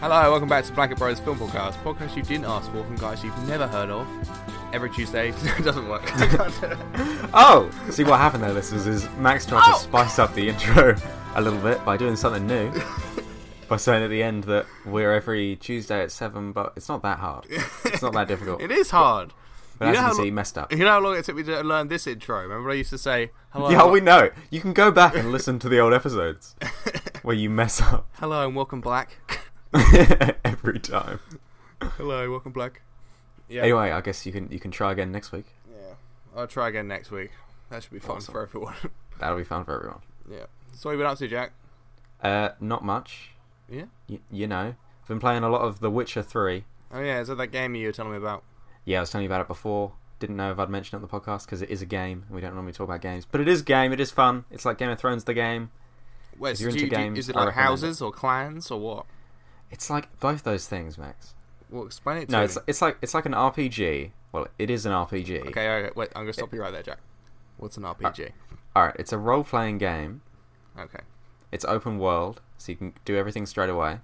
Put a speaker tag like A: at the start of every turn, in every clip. A: Hello, welcome back to Blanket Bros Film Podcast, podcast you didn't ask for from guys you've never heard of. Every Tuesday it doesn't work.
B: Oh, see what happened there, listeners, is Max tried
A: Oh!
B: to spice up the intro a little bit by doing something new. By saying at the end that we're every Tuesday at seven, but it's not that hard. It's not that difficult.
A: it is hard.
B: But
A: you
B: as
A: know
B: you
A: how
B: can see,
A: lo-
B: he messed up.
A: You know how long it took me to learn this intro? Remember, I used to say, "Hello,
B: Yeah, we know. You can go back and listen to the old episodes where you mess up
A: hello, and welcome black.
B: every time.
A: hello, welcome black." Yeah,
B: Anyway, I guess you can you can try again next week.
A: yeah. I'll try again next week. That should be fun
B: Awesome.
A: for everyone.
B: That'll be fun for everyone.
A: yeah. So what have you been up to, Jack?
B: Uh, not much.
A: Yeah.
B: Y- you know, I've been playing a lot of The Witcher Three.
A: Oh yeah, is that that game you were telling me about?
B: Yeah, I was telling you about it before. Didn't know if I'd mentioned it on the podcast because it is a game. and We don't normally talk about games, but it is a game. It is fun. It's like Game of Thrones, the game.
A: Wait,
B: If
A: so
B: you're
A: do
B: into
A: you- do you-
B: games,
A: is it
B: I
A: like
B: recommend
A: houses or clans or what?
B: It's like both those things, Max.
A: Well, explain it to
B: No,
A: me.
B: it's it's like it's like an RPG. Well, it is an RPG.
A: Okay, okay, wait, I'm gonna stop you right there, Jack. What's an RPG?
B: All right, it's a role-playing game.
A: Okay.
B: It's open world, so you can do everything straight away,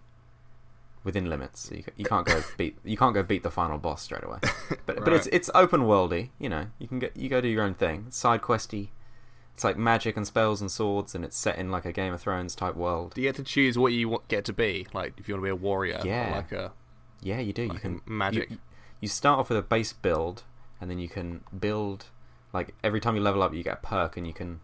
B: within limits. So you, ca- you can't go beat you can't go beat the final boss straight away. But but it's
A: Right.
B: it's open worldy. You know, you can get you go do your own thing, side questy. It's like magic and spells and swords, and it's set in like a Game of Thrones type world.
A: Do you get to choose what you want, get to be? Like, if you want to be a warrior, or
B: Yeah.
A: like a
B: Yeah, you do. You can
A: m- magic.
B: You, you start off with a base build, and then you can build. Like every time you level up, you get a perk, and you can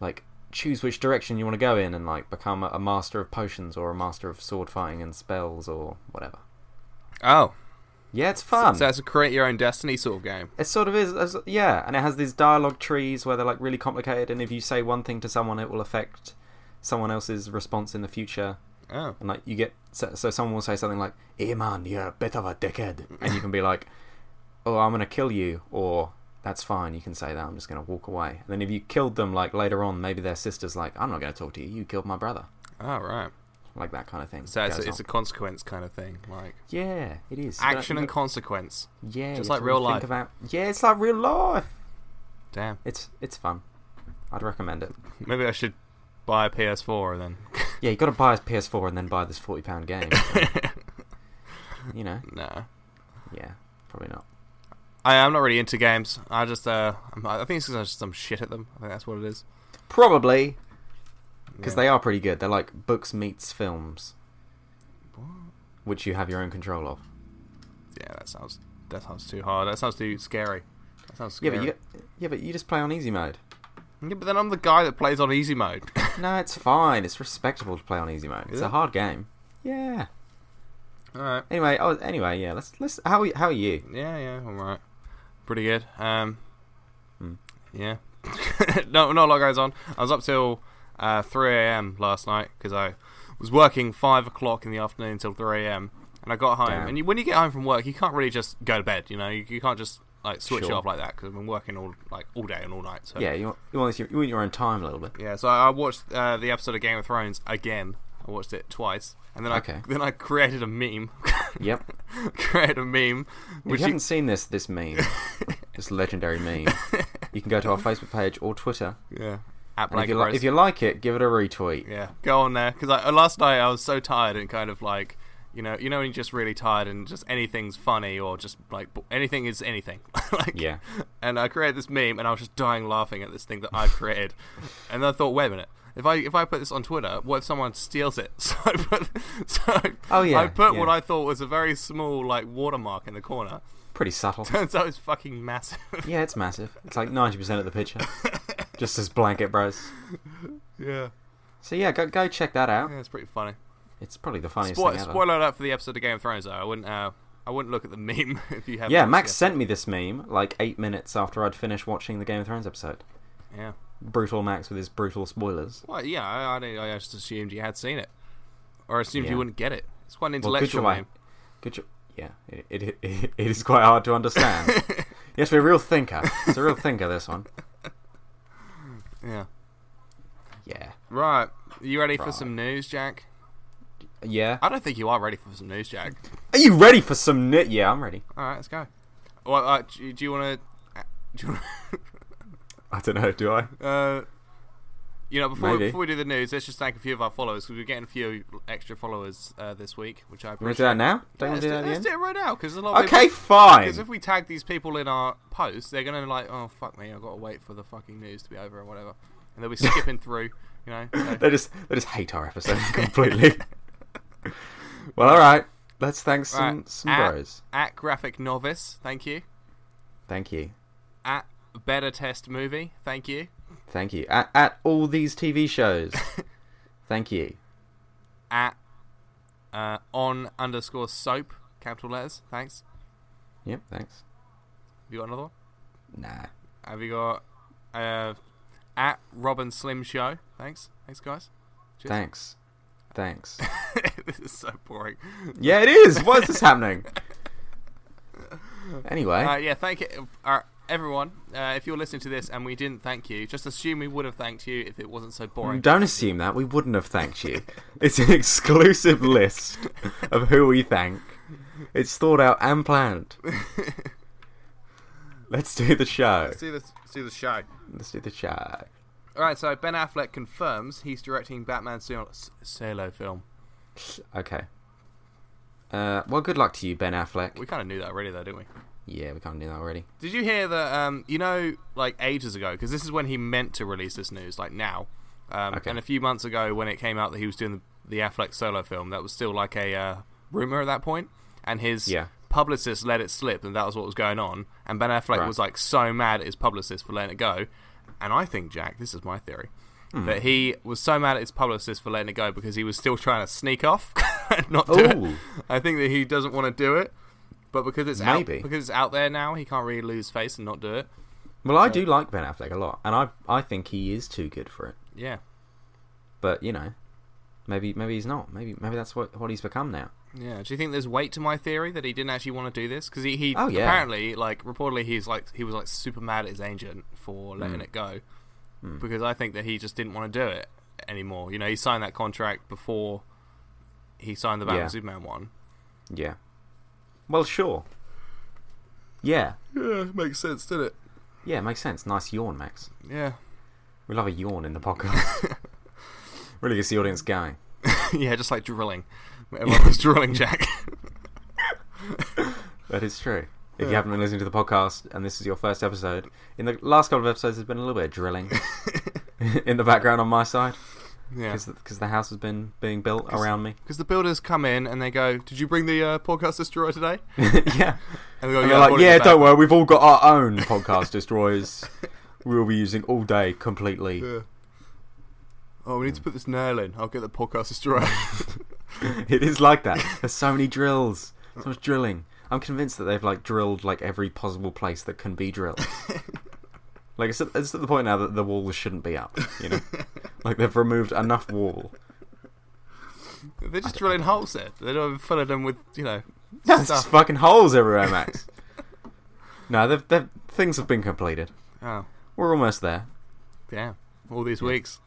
B: like choose which direction you want to go in, and like become a, a master of potions or a master of sword fighting and spells or whatever.
A: oh,
B: Yeah, it's fun.
A: so that's a create your own destiny sort of game.
B: it sort of is, it's- yeah, and it has these dialogue trees where they're like really complicated, and if you say one thing to someone, it will affect someone else's response in the future.
A: Oh,
B: and like you get so, so someone will say something like hey man you're a bit of a dickhead and you can be like oh i'm gonna kill you or that's fine you can say that i'm just gonna walk away and then if you killed them like later on maybe their sister's like i'm not gonna talk to you you killed my brother
A: all right.
B: like that kind of thing
A: So it's,
B: goes
A: a- it's a
B: on.
A: consequence kind of thing, like
B: yeah it is You
A: action
B: don't-
A: and consequence.
B: yeah
A: just
B: you
A: like
B: don't
A: real
B: think
A: life.
B: about- yeah it's like real life
A: Damn,
B: it's it's fun i'd recommend it
A: maybe I should buy a PS4 then.
B: yeah you gotta buy his ps4 and then buy this 40 pound game you know
A: nah,
B: yeah probably not
A: I, I'm not really into games. I just, uh, I'm, I think it's because I'm just some shit at them. I think that's what it is.
B: probably because
A: Yeah.
B: they are pretty good. They're like books meets films, which you have your own control of.
A: Yeah, that sounds that sounds too hard. That sounds too scary. That sounds
B: Yeah,
A: scary.
B: but you yeah, but you just play on easy mode.
A: Yeah, but then I'm the guy that plays on easy mode.
B: No, it's fine. It's respectable to play on easy mode.
A: Is
B: It's
A: it?
B: a hard game. Yeah.
A: all right.
B: Anyway, oh, anyway, yeah. Let's let's. How are- how are you?
A: Yeah, yeah, all right. Pretty good. Um,
B: Hmm.
A: yeah. no, not a lot goes on. I was up till uh, 3 a.m. last night because I was working 5 o'clock in the afternoon till 3 a.m. And I got home.
B: Damn.
A: And you, when you get home from work, you can't really just go to bed. You know, you, you can't just like switch it
B: Sure.
A: off like that because I've been working all like all day and all night. So
B: Yeah, you want you want, this, you want your own time a little bit.
A: Yeah, so I watched uh, the episode of Game of Thrones again. I watched it twice, and then
B: Okay.
A: I then I created a meme.
B: Yep.
A: created a meme,
B: If
A: which
B: you
A: you,
B: haven't seen this this meme, this legendary meme, you can go to our Facebook page or Twitter.
A: yeah, at
B: And
A: Blank
B: if you like if you like it, give it a retweet.
A: yeah, go on there because I, last night I was so tired and kind of like. You know, you know, when you're just really tired and just anything's funny or just like b- anything is anything. like,
B: Yeah.
A: And I created this meme and I was just dying laughing at this thing that I created. and then I thought, wait a minute, if I if I put this on Twitter, what if someone steals it? So I put, so I-
B: Oh, yeah,
A: I put what
B: yeah.
A: I thought was a very small like watermark in the corner.
B: Pretty subtle.
A: Turns out it's fucking massive.
B: Yeah, it's massive. It's like ninety percent of the picture. Just as blanket, bros.
A: yeah,
B: So yeah, go go check that out.
A: yeah, it's pretty funny.
B: It's probably the funniest
A: Spoil-
B: thing ever.
A: spoiler alert for the episode of Game of Thrones. Though I wouldn't, uh, I wouldn't look at the meme if you have.
B: yeah, Max sent me this meme like eight minutes after I'd finished watching the Game of Thrones episode.
A: Yeah.
B: Brutal Max with his brutal spoilers.
A: Well, yeah, I, I, didn't- I just assumed you had seen it, or assumed
B: Yeah.
A: you wouldn't get it. It's quite an
B: Well, good
A: intellectual
B: job. I,
A: meme.
B: good job. Yeah, it, it, it, it is quite hard to understand. you have to be a real thinker. It's a real thinker. This one.
A: Yeah.
B: Yeah.
A: Right. You ready for
B: Right.
A: some news, Jack?
B: Yeah.
A: I don't think you are ready for some news, Jack.
B: Are you ready for some? Ni- yeah, I'm ready.
A: All right, let's go. Well, uh, do, you- do you want to? Do you want
B: I don't know. Do I?
A: to? Uh, You know, before we,
B: Maybe.
A: before we do the news, let's just thank a few of our followers because we're getting a few extra followers uh, this week, which I
B: You want
A: appreciate.
B: to do that now?
A: Yeah,
B: Don't you want
A: let's,
B: to do
A: do,
B: that
A: let's
B: at
A: do
B: the
A: it right now because a lot
B: end?
A: of people-
B: Okay, fine.
A: Because if we tag these people in our post, they're gonna like, oh fuck me, I've got to wait for the fucking news to be over or whatever, and they'll be skipping through, you know. so-
B: They just they just hate our episode completely. well, all right. Let's thank some
A: Right.
B: some
A: At-
B: bros.
A: At graphic novice, thank you.
B: Thank you,
A: At better test movie, thank you.
B: thank you. At, at all these TV shows, thank you.
A: At uh, on underscore soap, capital letters, thanks.
B: Yep, thanks.
A: Have you got another one?
B: Nah.
A: Have you got uh, at Robin Slim Show? Thanks, thanks guys. Cheers.
B: Thanks. Thanks.
A: this is so boring.
B: yeah, it is. Why is this happening? Anyway,
A: Uh, yeah, thank you, uh, everyone. Uh, if you're listening to this and we didn't thank you, just assume we would have thanked you if it wasn't so boring.
B: don't assume that. We wouldn't have thanked you. it's an exclusive list of who we thank. It's thought out and planned. Let's do the show.
A: Let's do this. Let's do the show.
B: Let's do the show.
A: All right. So Ben Affleck confirms he's directing Batman Solo, solo film.
B: Okay. Uh, well, good luck to you, Ben Affleck.
A: We kind of knew that already, though, didn't we?
B: Yeah, we can't do that already.
A: Did you hear that? Um, you know, like ages ago, because this is when he meant to release this news, like now. Um,
B: Okay.
A: And a few months ago, when it came out that he was doing the, the Affleck solo film, that was still like a uh, rumor at that point, and his
B: Yeah.
A: publicist let it slip, and that was what was going on. And Ben Affleck
B: Right.
A: was like so mad at his publicist for letting it go. And I think, Jack, this is my theory.
B: Hmm.
A: That he was so mad at his publicist for letting it go because he was still trying to sneak off, and not do
B: Ooh.
A: it. I think that he doesn't want to do it, but because it's
B: Maybe.
A: out, because it's out there now, he can't really lose face and not do it.
B: Well, I do like Ben Affleck a lot, and I I think he is too good for it.
A: Yeah,
B: But you know, maybe maybe he's not. Maybe maybe that's what what he's become now.
A: yeah. Do you think there's weight to my theory that he didn't actually want to do this? Because he, he
B: Oh, yeah.
A: apparently like reportedly he's like he was like super mad at his agent for letting
B: Hmm.
A: it go, because I think that he just didn't want to do it anymore. You know, he signed that contract before he signed the Batman
B: Yeah.
A: Superman one.
B: Yeah. Well, sure. Yeah.
A: Yeah, makes sense, did it?
B: Yeah, makes sense. Nice yawn, Max.
A: Yeah,
B: We love a yawn in the podcast. really gets the audience going.
A: yeah, just like drilling. Everyone was drilling Jack.
B: That is true. If you haven't been listening to the podcast and this is your first episode, in the last couple of episodes, there's been a little bit of drilling in the background on my side
A: yeah,
B: because the house has been being built around me.
A: Because the builders come in and they go, "Did you bring the uh, podcast destroyer today?"
B: yeah.
A: And we go,
B: And
A: "Yeah,
B: they're
A: I brought
B: like,
A: it
B: yeah,
A: today."
B: don't worry, we've all got our own podcast destroyers we'll be using all day completely.
A: Yeah. Oh, we need to put this nail in. I'll get the podcast destroyer.
B: It is like that. There's so many drills. So much drilling. I'm convinced that they've like drilled like every possible place that can be drilled. like it's at, it's at the point now that the walls shouldn't be up. You know, like they've removed enough wall.
A: They're just drilling holes there. They don't even fill them with, you know,
B: There's
A: stuff.
B: just fucking holes everywhere, Max. no, they've, they've things have been completed.
A: Oh,
B: We're almost there.
A: damn. All these weeks.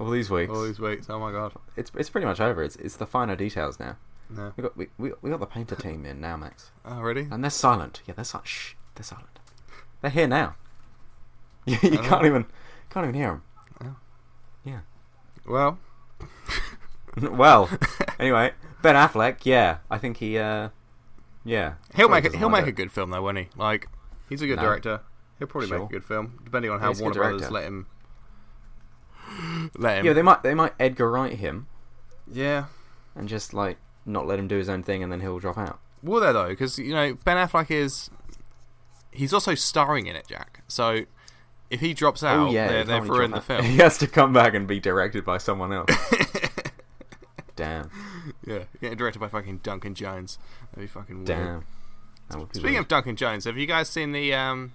B: All these weeks,
A: All these weeks. Oh my god.
B: it's it's pretty much over. It's it's the finer details now.
A: No.
B: We got we, we, we got the painter team in now, Max.
A: Oh, really?
B: And they're silent. Yeah, they're silent. Shh, they're silent. They're here now. you
A: Oh.
B: can't even, can't even hear
A: Oh.
B: them. Yeah.
A: Well,
B: well, anyway, Ben Affleck. Yeah, I think he. uh Yeah,
A: he'll
B: probably
A: make it,
B: doesn't
A: he'll
B: like
A: make a good film though, won't he? Like, he's a good
B: No.
A: director. He'll probably make
B: Sure.
A: a good film, depending on how
B: He's a
A: Warner
B: good
A: Brothers
B: director.
A: let him. Let him.
B: Yeah, they might they might Edgar Wright him
A: yeah.
B: and just like not let him do his own thing, and then he'll drop out.
A: Will there though? Because you know Ben Affleck is. He's also starring in it, Jack. So if he drops out,
B: oh yeah,
A: they're,
B: he
A: they're
B: can't really
A: ruined the
B: drop out.
A: film.
B: He has to come back and be directed by someone else. damn,
A: yeah, getting directed by fucking Duncan Jones. That'd be fucking weird.
B: damn. That would be
A: Speaking
B: weird.
A: of Duncan Jones, have you guys seen the um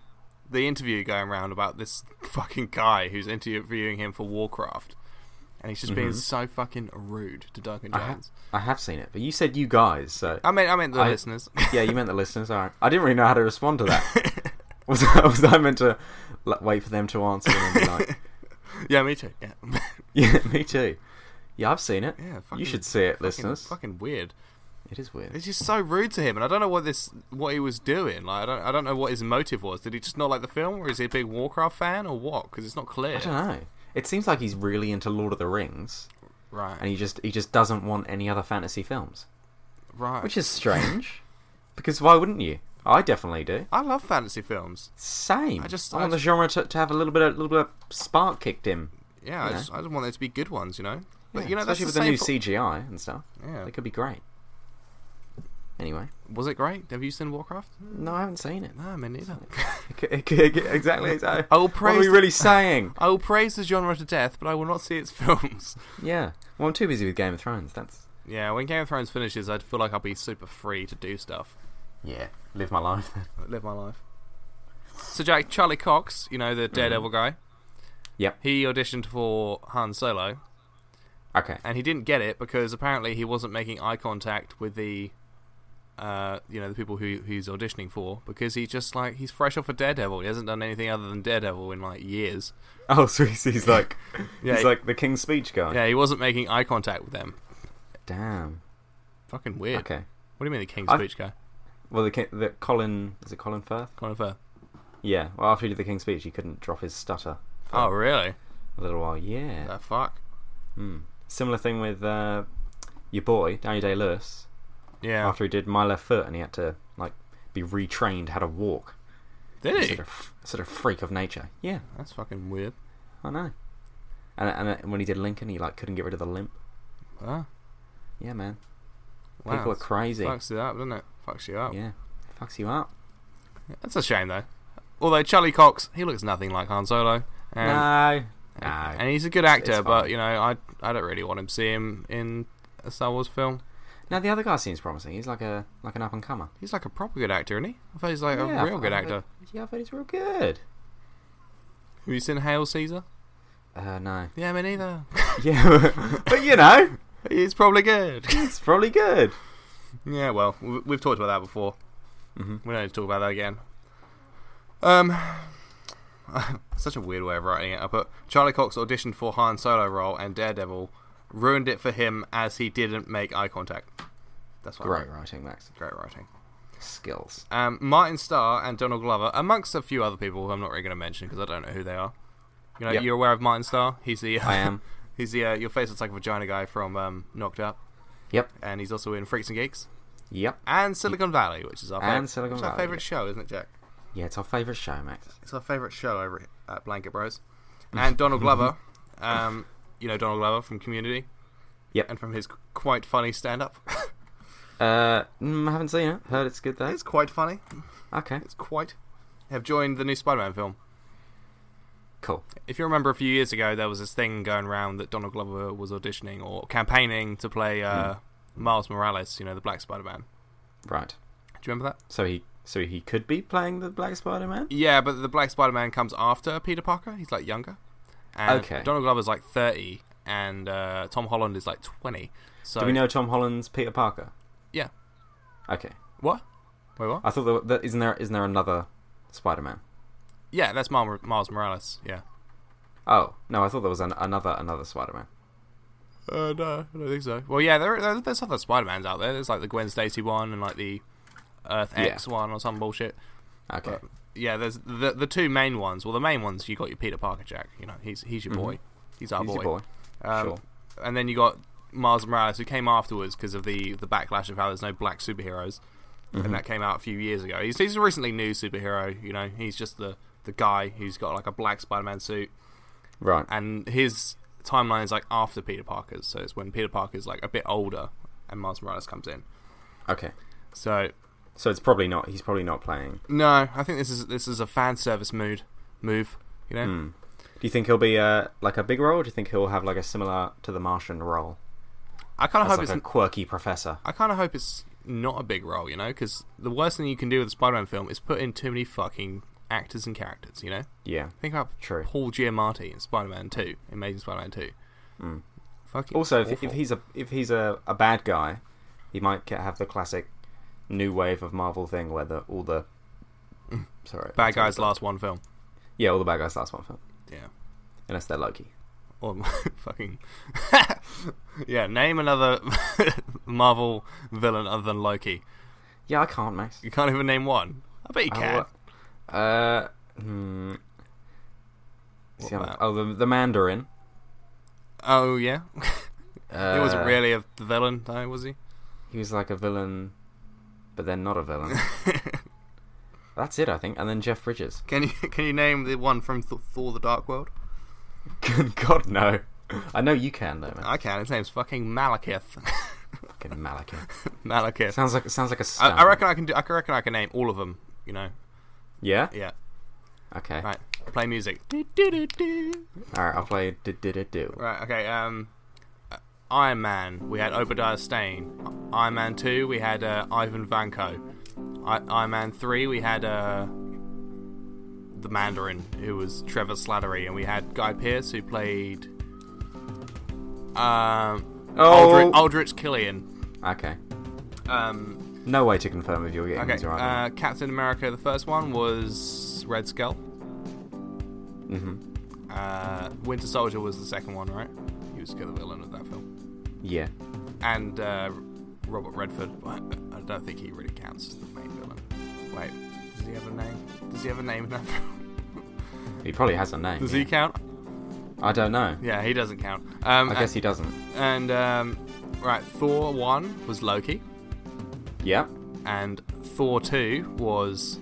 A: the interview going around about this fucking guy who's interviewing him for Warcraft? And he's just being
B: Mm-hmm.
A: so fucking rude to Duncan
B: I, ha-
A: Jones.
B: I have seen it, but you said you guys, so
A: I mean, I meant the
B: Uh-huh. I-
A: listeners.
B: yeah, you meant the listeners. All right. I didn't really know how to respond to that. was, I, was I meant to like, wait for them to answer and then be like,
A: yeah, me too. Yeah,
B: yeah, me too. Yeah, I've seen it.
A: yeah. Fucking,
B: you should see it,
A: fucking-
B: listeners.
A: Fucking weird.
B: It is weird.
A: It's just so rude to him, and I don't know what this, what he was doing. Like, I don't, I don't know what his motive was. Did he just not like the film, or is he a big Warcraft fan, or what? Because it's not clear.
B: I don't know. It seems like he's really into Lord of the Rings,
A: Right.
B: and he just he just doesn't want any other fantasy films,
A: right.
B: which is strange, because why wouldn't you? I definitely do.
A: I love fantasy films.
B: Same.
A: I just-
B: I
A: I
B: want the
A: just-
B: genre to, to have a little bit of, little bit of spark kicked in.
A: Yeah, I
B: Yeah.
A: just, I just want there to be good ones, you know. But
B: Yeah,
A: you know, that's
B: especially
A: the
B: with
A: same
B: new
A: for-
B: CGI and stuff,
A: Yeah.
B: they could be great. Anyway,
A: Was it great? Have you seen Warcraft?
B: no, I haven't seen it.
A: No, me neither.
B: It could- it could- exactly. So,
A: I will
B: what are
A: praise.
B: we really saying?
A: I will praise the genre to death, but I will not see its films.
B: Yeah. Well, I'm too busy with Game of Thrones. That's
A: Yeah, when Game of Thrones finishes, I feel like I'll be super free to do stuff,
B: yeah. Live my life. then.
A: live my life. So, Jack, Charlie Cox, you know the Daredevil guy.
B: Mm-hmm. Yep.
A: He auditioned for Han Solo,
B: Okay.
A: and he didn't get it because apparently he wasn't making eye contact with the, uh, you know, the people who he's auditioning for because he's just like he's fresh off of Daredevil. He hasn't done anything other than Daredevil in like years.
B: Oh, so he's, he's like
A: Yeah,
B: he's
A: he-
B: like "Oh." the King's Speech guy.
A: Yeah, he wasn't making eye contact with them.
B: Damn.
A: Fucking weird.
B: Okay.
A: What do you mean the King's
B: I've-
A: Speech guy?
B: Well, the Ki- the Colin is it Colin Firth?
A: Colin Firth.
B: Yeah. Well, after he did the King's Speech, he couldn't drop his stutter for
A: Oh, really?
B: a little while. Yeah.
A: The fuck?
B: Hmm. Similar thing with uh, your boy Danny Day Lewis.
A: Yeah.
B: After he did My Left Foot, and he had to like be retrained how to walk.
A: Did he?
B: Sort of, sort of freak of nature. Yeah.
A: That's fucking weird.
B: I know. And and uh, when he did Lincoln, he like couldn't get rid of the limp.
A: Ah,
B: Yeah, man.
A: wow.
B: People are crazy.
A: Fucks it up, doesn't it? Fucks you up.
B: Yeah, fucks you up.
A: That's a shame, though. Although Charlie Cox, he looks nothing like Han Solo. And,
B: no, no.
A: and he's a good actor,
B: it's
A: but,
B: fine.
A: you know, I, I don't really want him to see him in a Star Wars film.
B: Now the other guy seems promising. He's like a like an up and comer.
A: He's like a proper good actor, isn't he? I thought he's like
B: Yeah,
A: a real good
B: I've heard-
A: actor.
B: Yeah, I've heard he's real good.
A: Have you seen Hail Caesar?
B: Uh, no.
A: Yeah, me neither.
B: Yeah, but you know,
A: he's probably good.
B: it's probably good.
A: Yeah, well, we- we've talked about that before.
B: Mhm.
A: We don't need to talk about that again. Um, such a weird way of writing it. I put Charlie Cox auditioned for Han Solo role and Daredevil ruined it for him as he didn't make eye contact. That's what I
B: Great
A: wrote.
B: writing, Max.
A: great writing.
B: Skills.
A: Um, Martin Starr and Donald Glover, amongst a few other people who I'm not really going to mention because I don't know who they are. You know,
B: Yep.
A: you're aware of Martin Starr. He's the
B: I am.
A: he's the uh, your face looks like a vagina guy from um, Knocked Up,
B: Yep.
A: and he's also in Freaks and Geeks
B: Yep.
A: and Silicon Valley, which is our
B: And
A: fav-
B: Silicon
A: which is our
B: Valley,
A: favorite
B: yeah.
A: show, isn't it, Jack?
B: Yeah, it's our favourite show, Max.
A: It's our favorite show over at Blanket Bros. And Donald Glover, um, you know Donald Glover from Community,
B: Yep.
A: and from his qu- quite funny stand-up.
B: Uh, mm, I haven't seen it. Heard it's good though.
A: it's quite funny.
B: Okay.
A: It's quite. Have joined the new Spider-Man film.
B: Cool.
A: If you remember, a few years ago there was this thing going around that Donald Glover was auditioning or campaigning to play
B: Hmm.
A: uh, Miles Morales, you know, the Black Spider-Man.
B: Right.
A: Do you remember that?
B: So he so he could be playing the Black Spider Man.
A: Yeah, but the Black Spider Man comes after Peter Parker. He's like younger. And
B: Okay.
A: Donald Glover's like 30, and uh, Tom Holland is like 20. So
B: Do we know Tom Holland's Peter Parker?
A: Yeah.
B: Okay.
A: What? Wait, what?
B: I thought that, that isn't there isn't there another Spider Man?
A: yeah, that's Mar- Miles Morales. Yeah.
B: Oh no, I thought there was an, another another Spider Man.
A: Uh, no, I don't think so. Well, yeah, there, there, there's other Spider Mans out there. There's like the Gwen Stacy one and like the Earth
B: Yeah.
A: X one or some bullshit.
B: Okay.
A: But yeah, there's the the two main ones. Well, the main ones you got your Peter Parker, Jack. You know, he's he's your boy. Mm-hmm. He's our
B: He's
A: boy.
B: your boy.
A: Um,
B: Sure.
A: And then you got Miles Morales, who came afterwards because of the the backlash of how there's no black superheroes, and that came out a few years ago. He's, he's a recently new superhero. You know, he's just the the guy who's got like a black Spider-Man suit,
B: Right.
A: and his timeline is like after Peter Parker's, so it's when Peter Parker's like a bit older, and Miles Morales comes in.
B: Okay.
A: So
B: So it's probably not. He's probably not playing.
A: no, I think this is this is a fan service mood move. You know,
B: Hmm. Do you think he'll be uh, like a big role? Or do you think he'll have like a similar to the Martian role?
A: I kind of
B: As
A: hope it's
B: like a quirky professor.
A: I kind of hope it's not a big role, you know, because the worst thing you can do with a Spider-Man film is put in too many fucking actors and characters, you know.
B: Yeah.
A: Think about
B: True.
A: Paul Giamatti in Spider-Man Two, Amazing Spider-Man Two. Fucking
B: Hmm. Also, if,
A: awful.
B: if he's a if he's a, a bad guy, he might get, have the classic new wave of Marvel thing where the all the sorry
A: Mm. bad
B: that's what
A: guys
B: it's-
A: last one film,
B: Yeah, all the bad guys last one film,
A: yeah,
B: unless they're Loki.
A: or fucking yeah. Name another Marvel villain other than Loki.
B: Yeah, I can't, Max.
A: You can't
B: Uh,
A: even name one. I bet you
B: Oh,
A: can.
B: what? Uh, hmm.
A: What
B: See, I'm-
A: about-
B: oh, the, the Mandarin.
A: Oh yeah,
B: Uh,
A: he wasn't really a villain, though, was he?
B: He was like a villain, but then not a villain. That's it, I think. And then Jeff Bridges.
A: Can you can you name the one from Th- Thor: The Dark World?
B: Good God, no. I know you can though, man.
A: I can. His name's fucking Malekith.
B: Fucking Malekith.
A: Malekith.
B: Sounds like sounds like
A: I,
B: a stamp.
A: I reckon I can do. I can- reckon I can name all of them. You know.
B: Yeah.
A: Yeah.
B: Okay.
A: Right. Play music. Do-do-do-do.
B: All right. I'll play. Did did it do?
A: Right. Okay. Um, uh, Iron Man. We had Obadiah Stane. I- Iron Man Two. We had uh, Ivan Vanko. I- Iron Man Three. We had uh, the Mandarin, who was Trevor Slattery, and we had Guy Pearce, who played um
B: Oh.
A: Aldrich, Aldrich Killian.
B: Okay.
A: Um,
B: No way to confirm if you're getting
A: okay.
B: these right.
A: Uh, Captain America. The first one was Red Skull.
B: mm-hmm.
A: Uh, Winter Soldier was the second one, right? He was the villain of that film.
B: Yeah.
A: and uh, Robert Redford. I I don't think he really counts as the main villain. Wait, does he have a name? Does he have a name in that film?
B: He probably has a name.
A: Does
B: yeah.
A: he count?
B: I don't know.
A: Yeah, he doesn't count. Um,
B: I guess he doesn't.
A: And um, right, Thor one was Loki,
B: Yeah.
A: and Thor two was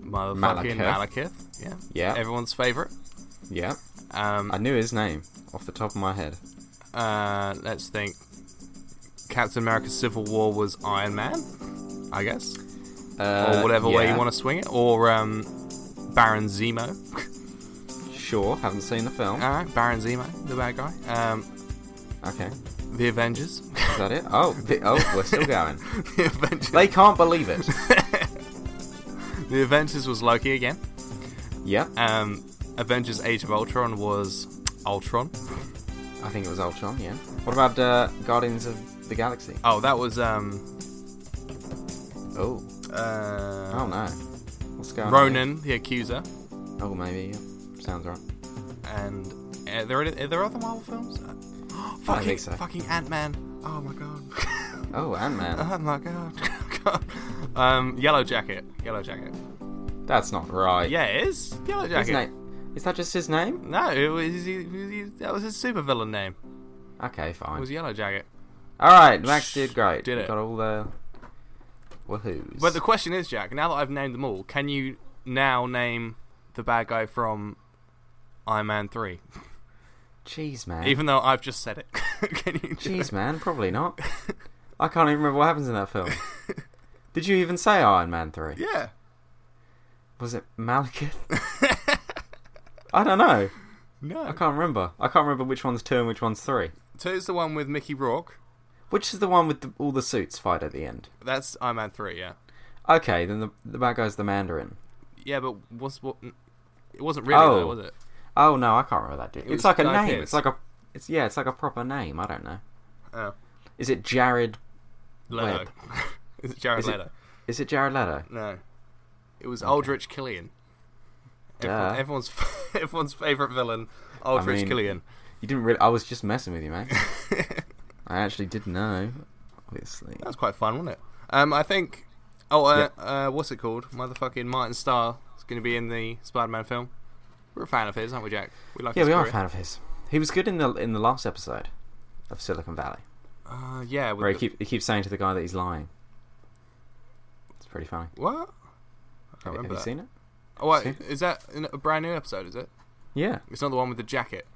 A: motherfucking Malekith.
B: Malekith.
A: Yeah,
B: Yeah.
A: everyone's favorite.
B: Yeah.
A: Um,
B: I knew his name off the top of my head.
A: uh, let's think. Captain America: Civil War was Iron Man, I guess.
B: Uh,
A: or whatever way you
B: yeah.
A: want to swing it, or um, Baron Zemo.
B: Sure. Haven't seen the film.
A: All right, Baron Zemo, the bad guy. Um,
B: okay.
A: the Avengers.
B: Is that it? Oh. The, oh. We're still going.
A: the Avengers.
B: They can't believe it.
A: the Avengers was Loki again.
B: Yeah.
A: Um, Avengers: Age of Ultron was Ultron.
B: I think it was Ultron. Yeah. What about uh, Guardians of the Galaxy?
A: Oh, that was um,
B: Oh. Oh
A: uh,
B: no. What's going on?
A: Ronan, the Accuser,
B: Ronan. Oh, maybe. Yeah. Sounds right.
A: and are there are there other Marvel films? fucking
B: think so.
A: fucking Ant Man. Oh my god.
B: Oh, Ant Man.
A: oh my god. um, Yellow Jacket. Yellow Jacket.
B: That's not right.
A: Yeah, it is. Yellow
B: His
A: Jacket.
B: name. Is that just his name?
A: No, it was, he, he, that was his supervillain name.
B: Okay, fine.
A: It was Yellow Jacket.
B: All right, Max did great.
A: Did it.
B: Got all the woohoo's.
A: But the question is, Jack, now that I've named them all, can you now name the bad guy from Iron Man 3?
B: jeez, man.
A: Even though I've just said it. can you do
B: jeez,
A: it?
B: man. Probably not. I can't even remember what happens in that film. did you even say Iron Man three?
A: Yeah.
B: Was it Malekith? I don't know. I
A: No.
B: can't remember. I can't remember which one's two and which one's three.
A: Two's the one with Mickey Rourke.
B: Which is the one with the, all the suits fight at the end?
A: That's Iron Man 3, yeah.
B: Okay, then the the bad guy's the Mandarin.
A: Yeah, but was what? It wasn't really, though,
B: Oh.
A: was it?
B: Oh no, I can't remember that dude.
A: It was
B: it's like a
A: Guy
B: name.
A: Pearce.
B: It's like a it's yeah, it's like a proper name. I don't know.
A: Oh.
B: Is it Jared?
A: Leto.
B: Web.
A: is it Jared
B: Is it-
A: Leto?
B: Is it Jared Leto?
A: No. It was Aldrich Killian. Everyone-
B: Duh.
A: everyone's everyone's favorite villain, Aldrich
B: mean-
A: Killian.
B: You didn't really. I was just messing with you, mate. I actually did know. Obviously,
A: That was quite fun, wasn't it? Um, I think. Oh, uh, uh, what's it called? Motherfucking Martin Starr is going to be in the Spider-Man film. We're a fan of his, aren't we, Jack? We like.
B: yeah,
A: his
B: we are a
A: career.
B: fan of his. He was good in the in the last episode of Silicon Valley,
A: Uh, yeah. With
B: where he,
A: the-
B: keep, he keeps saying to the guy that he's lying. It's pretty funny.
A: What? I
B: Have,
A: can't
B: have
A: remember
B: you
A: that.
B: seen it?
A: Oh, wait,
B: seen-
A: is that in a brand new episode? Is it?
B: Yeah.
A: It's not the one with the jacket.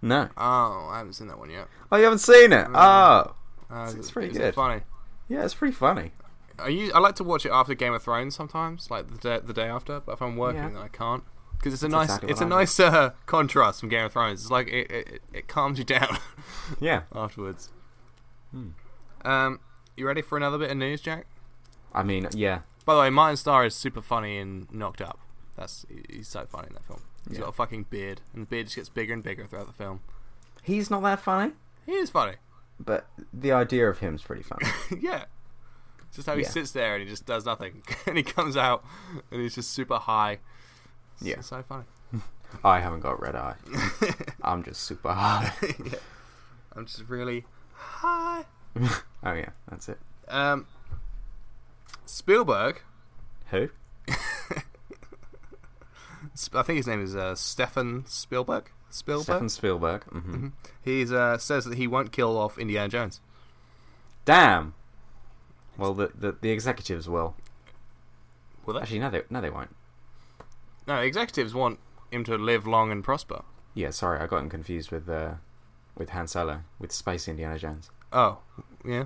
B: No.
A: Oh, I haven't seen that one yet.
B: Oh, you haven't seen it. Oh.
A: Uh,
B: It's-
A: is
B: it's
A: it-
B: pretty
A: is it
B: good.
A: funny.
B: Yeah, it's pretty funny.
A: I, usually, I like to watch it after Game of Thrones sometimes, like the day, the day after. But if I'm working,
B: Yeah.
A: then I can't because it's a
B: That's
A: nice
B: exactly
A: it's a
B: what I do.
A: nice uh, contrast from Game of Thrones. It's like it it, it calms you down
B: Yeah.
A: afterwards.
B: Hmm.
A: Um, you ready for another bit of news, Jack?
B: I mean, yeah.
A: By the way, Martin Starr is super funny in Knocked Up. That's he- he's so funny in that film. He's
B: Yeah.
A: got a fucking beard, and the beard just gets bigger and bigger throughout the film.
B: He's not that funny,
A: He is funny.
B: but the idea of him's pretty funny.
A: yeah. It's Just how he
B: Yeah.
A: sits there and he just does nothing, and he comes out and he's just super high. It's
B: Yeah.
A: so funny.
B: I haven't got red eye. I'm just super high.
A: yeah. I'm just really high.
B: oh yeah, that's it.
A: Um, Spielberg
B: Who?
A: Sp- I think his name is uh, Stefan Spielberg. Spielberg.
B: Stefan Spielberg. hmm
A: He uh, says that he won't kill off Indiana Jones.
B: Damn. Well, the, the the executives will.
A: Will they?
B: Actually, no, they no, they won't.
A: No, executives want him to live long and prosper.
B: Yeah, sorry, I got him confused with uh, with Han Solo, with Space Indiana Jones.
A: Oh, yeah.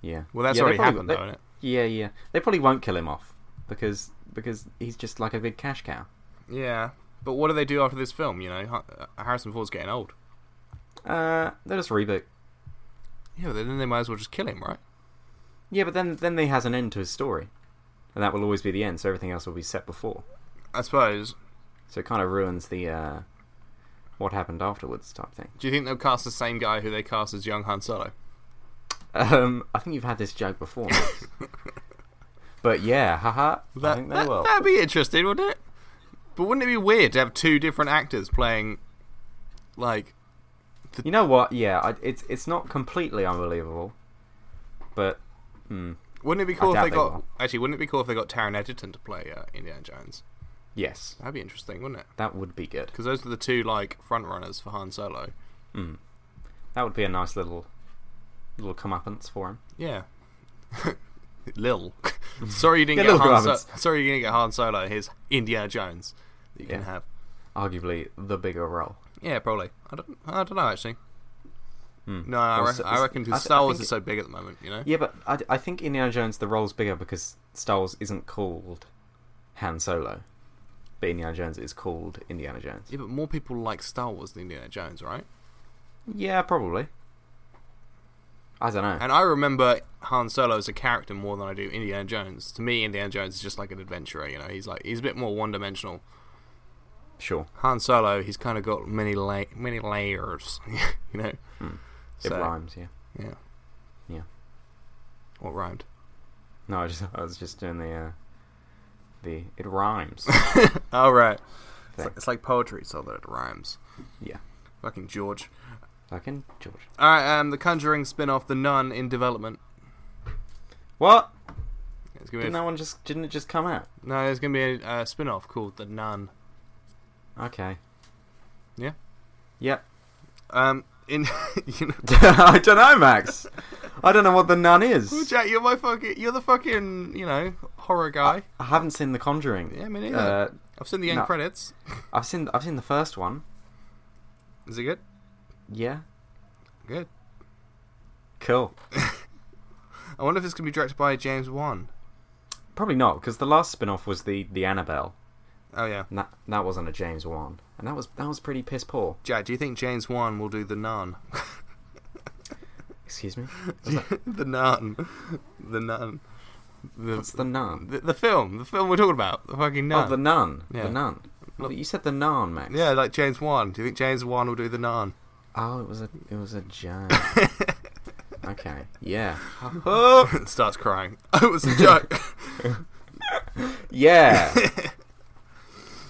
B: Yeah.
A: Well, that's
B: Yeah, they
A: already
B: probably-
A: happened,
B: they-
A: though, isn't it?
B: Yeah, yeah. They probably won't kill him off because because he's just like a big cash cow.
A: Yeah. But what do they do after this film? You know, Ha- Harrison Ford's getting old.
B: Uh, they'll just reboot.
A: Yeah, but then they might as well just kill him, right?
B: Yeah, but then then they has an end to his story, and that will always be the end. So everything else will be set before.
A: I suppose.
B: So it kind of ruins the uh, what happened afterwards type thing.
A: Do you think they'll cast the same guy who they cast as young Han Solo?
B: Um, I think you've had this joke before. but yeah, haha. I think they will.
A: would be interesting, wouldn't it? But wouldn't it be weird to have two different actors playing, like,
B: You know what? Yeah, I, it's it's not completely unbelievable, but hmm,
A: wouldn't it be cool if
B: doubt
A: they
B: they
A: got
B: will.
A: actually? Wouldn't it be cool if they got Taron Egerton to play uh, Indiana Jones?
B: yes,
A: That'd be interesting, wouldn't it?
B: that would be good.
A: Because those are the two like front runners for Han Solo.
B: Hmm. That would be a nice little little comeuppance for him.
A: Yeah. Lil. sorry you didn't get
B: Yeah, Lil
A: Han so-
B: Gravitz.
A: Sorry you didn't get Han Solo. Here's Indiana Jones. That you can
B: Yeah.
A: have.
B: Arguably the bigger role.
A: Yeah, probably. I don't. I don't know actually.
B: Hmm.
A: No, I,
B: Well,
A: re-
B: so-
A: I reckon
B: I
A: because
B: th- I
A: Star Wars
B: think
A: is so big at the moment. You know.
B: Yeah, but I, I think Indiana Jones the role's bigger because Star Wars isn't called Han Solo, but Indiana Jones is called Indiana Jones.
A: Yeah, but more people like Star Wars than Indiana Jones, right?
B: Yeah, probably. I don't know.
A: And I remember Han Solo as a character more than I do Indiana Jones. To me, Indiana Jones is just like an adventurer. You know, he's like he's a bit more one dimensional.
B: Sure,
A: Han Solo, he's kind of got many la- many layers. you know.
B: Hmm. it
A: So,
B: rhymes. Yeah.
A: Yeah.
B: Yeah.
A: What rhymed?
B: No, I just I was just doing the uh, the it rhymes.
A: All Oh, right. It's
B: Thing.
A: like, it's like poetry, so that it rhymes.
B: yeah,
A: Fucking George.
B: like in George.
A: All right. Um, the Conjuring spin-off, The Nun, in development.
B: What?
A: It's gonna be a
B: Didn't that one just didn't it just come out?
A: No, there's going to be a uh, spin off called The Nun.
B: Okay.
A: Yeah.
B: Yep.
A: Um, in, you know,
B: I don't know, Max. I don't know what the nun
A: well,
B: is.
A: Jack, you're my fucking, you're the fucking, you know, horror guy.
B: I haven't seen The Conjuring.
A: Yeah, me neither.
B: Uh,
A: I've seen the end
B: no.
A: credits.
B: I've seen I've seen the first one.
A: Is it good?
B: Yeah.
A: Good.
B: Cool.
A: I wonder if it's going to be directed by James Wan.
B: Probably not because the last spin-off was the the Annabelle.
A: Oh yeah,
B: And that that wasn't a James Wan, and that was that was pretty piss poor.
A: Jack. Do you think James Wan will do the Nun?
B: Excuse me.
A: the Nun, the Nun,
B: What's
A: the,
B: the nun?
A: the the film, the film we're talking about, the fucking Nun.
B: Oh, the nun.
A: Yeah.
B: The nun. Well, you said the nun, Max.
A: yeah, like James Wan. Do you think James Wan will do the Nun?
B: Oh, it was a it was a joke. okay. Yeah. Oh,
A: Starts crying. Oh, it was a joke.
B: Yeah.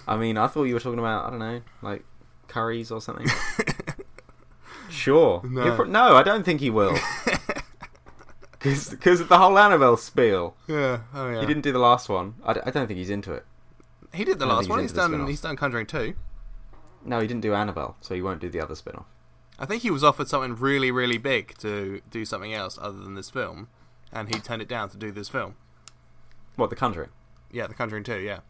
B: I mean, I thought you were talking about I don't know, like curries or something. sure.
A: No.
B: You're pro- no, I don't think he will. Because the whole Annabelle spiel.
A: yeah. Oh yeah.
B: He didn't do the last one. I, d- I don't think he's into it.
A: He did the
B: I don't
A: last
B: think
A: one. He's
B: he's into the
A: done.
B: spin-off.
A: He's done Conjuring two.
B: No, he didn't do Annabelle, so he won't do the other spin-off.
A: I think he was offered something really, really big to do something else other than this film, and he turned it down to do this film.
B: What, The Conjuring?
A: Yeah, The Conjuring two. Yeah.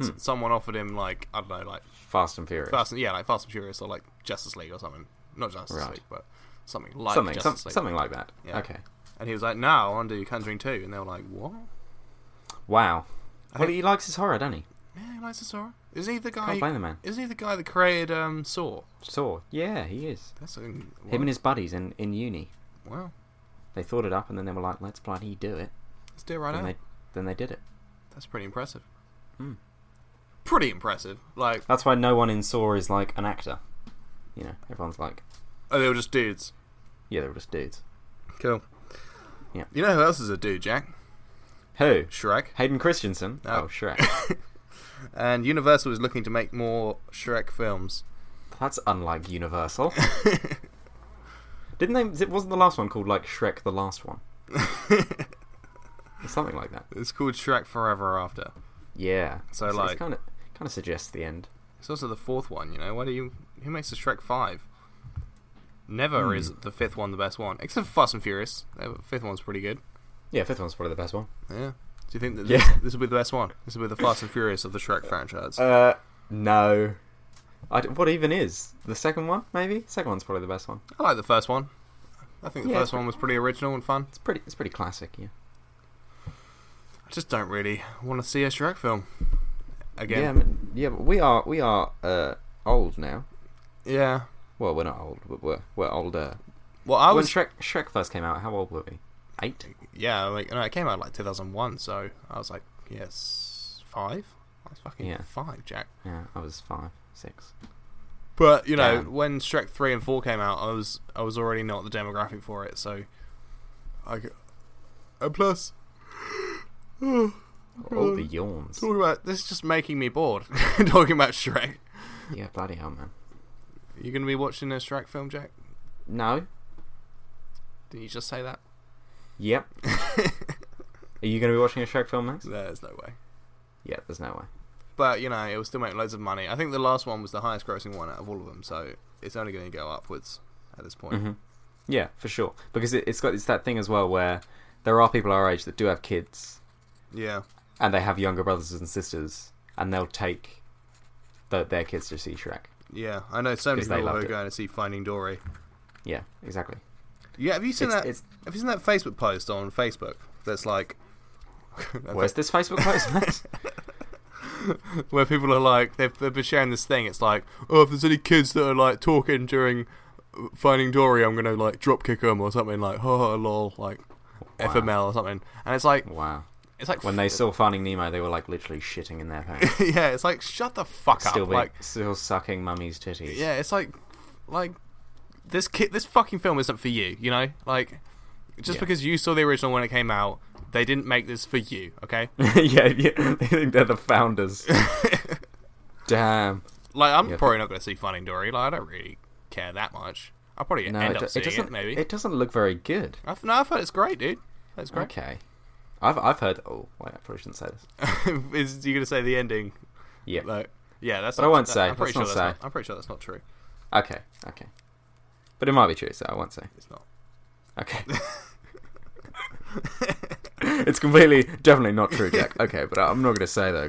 A: S-
B: Hmm.
A: someone offered him like I don't know, like
B: Fast and Furious.
A: Fast, and- yeah, like Fast and Furious or like Justice League or something. Not Justice
B: Right.
A: League, but something like
B: something, some,
A: Justice League.
B: something like that.
A: Yeah.
B: Okay.
A: And he was like, "No, I want to do Conjuring 2. and they were like, "What?
B: Wow.
A: I
B: Well,
A: think-
B: he likes his horror, doesn't he?
A: Yeah, he likes the Saw. Is he the
B: Can't
A: guy?
B: blame the man.
A: Isn't he the guy that created um, Saw?
B: Saw. Yeah, he is.
A: That's a, him
B: Him and his buddies in, in uni.
A: wow.
B: They thought it up and then they were like, let's bloody do it.
A: Let's do it right
B: And
A: now.
B: they, then they did it.
A: That's pretty impressive.
B: Hmm.
A: Pretty impressive. Like,
B: That's why no one in Saw is like an actor. You know, everyone's like,
A: oh, they were just dudes.
B: yeah, they were just dudes.
A: Cool.
B: Yeah.
A: You know who else is a dude, Jack?
B: Who?
A: Shrek.
B: Hayden Christensen?
A: No.
B: Oh, Shrek.
A: And Universal is looking to make more Shrek films.
B: That's unlike Universal. Didn't they? It wasn't the last one called like Shrek the Last One? Something like that.
A: It's called Shrek Forever After.
B: Yeah.
A: So,
B: It's-
A: like-
B: it's kind of Kind of suggests the end.
A: It's also the fourth one, you know. Why do you? Who makes the Shrek five? Never
B: Hmm.
A: is the fifth one the best one, except for Fast and Furious. The fifth one's pretty good.
B: Yeah, fifth one's probably the best one.
A: Yeah. Do you think that
B: Yeah.
A: this, this will be the best one? This will be the Fast and Furious of the Shrek franchise.
B: Uh, no. I d- what even is the second one? Maybe second one's probably the best one.
A: I like the first one. I think the
B: Yeah,
A: first
B: it's-
A: one was pretty original and fun.
B: It's pretty. It's pretty classic. Yeah.
A: I just don't really want to see a Shrek film
B: Yeah. I
A: again.
B: mean, yeah. But we are we are uh, old now.
A: Yeah.
B: Well, we're not old, but we're we're older.
A: Well, I
B: when
A: was.
B: Shrek Shrek first came out, how old were we? Eight.
A: yeah, like no, it came out like 2001, so I was like, yes, five. I was fucking
B: Yeah.
A: five, Jack.
B: Yeah, I was five, six.
A: But you know,
B: Damn.
A: when Shrek three and four came out, I was I was already not the demographic for it. So, I g- and plus, Oh.
B: All the yawns.
A: talking about this is just making me bored. talking about Shrek,
B: Yeah, bloody hell, man.
A: you gonna be watching a Shrek film, Jack?
B: No.
A: Did you just say that?
B: Yep. Are you going to be watching a Shrek film, Max?
A: There's no way.
B: Yeah, there's no way.
A: But you know, it will still make loads of money. I think the last one was the highest grossing one out of all of them, so it's only going to go upwards at this point.
B: Mhm. Yeah, for sure. Because it, it's got it's that thing as well where there are people our age that do have kids
A: Yeah,
B: and they have younger brothers and sisters, and they'll take the, their kids to see Shrek.
A: yeah. I know so many
B: 'Cause they
A: people who are
B: loved it.
A: going to see Finding Dory.
B: Yeah, exactly.
A: Yeah, have you seen
B: It's-
A: that?
B: it's-
A: Have you seen that Facebook post on Facebook that's like,
B: Where's this Facebook post, Max?
A: where people are like, they've, they've been sharing this thing. It's like, oh, if there's any kids that are like talking during uh, Finding Dory, I'm gonna like drop kick them or something like, ha ha lol, like FML or something. And it's like,
B: Wow.
A: it's like
B: When they saw Finding Nemo, they were like literally shitting in their pants.
A: yeah, it's like shut the fuck
B: Still,
A: up,
B: be,
A: like
B: still sucking mummy's titties.
A: yeah, it's like like this kid, this fucking film isn't for you, you know, like just
B: Yeah.
A: because you saw the original when it came out, they didn't make this for you, okay?
B: yeah, yeah. They think they're the founders. Damn.
A: Like I'm
B: Yeah.
A: probably not gonna see Finding Dory, like I don't really care that much. I'll probably
B: No,
A: end
B: it,
A: up
B: do- it
A: seeing
B: doesn't.
A: it, maybe.
B: It doesn't look very good.
A: I've, no, I've heard it's great, dude. That's great.
B: Okay. I've I've heard. Oh, wait, I probably shouldn't say this.
A: Is you gonna say the ending?
B: Yeah.
A: Like, yeah, that's.
B: But
A: not,
B: I won't
A: that-
B: say.
A: I'm pretty
B: Let's
A: sure
B: not
A: that's
B: say.
A: Not, I'm pretty sure that's not true.
B: Okay. Okay. But it might be true, so I won't say.
A: It's not.
B: Okay. it's completely, definitely not true, Jack. Okay, but I'm not going to say though.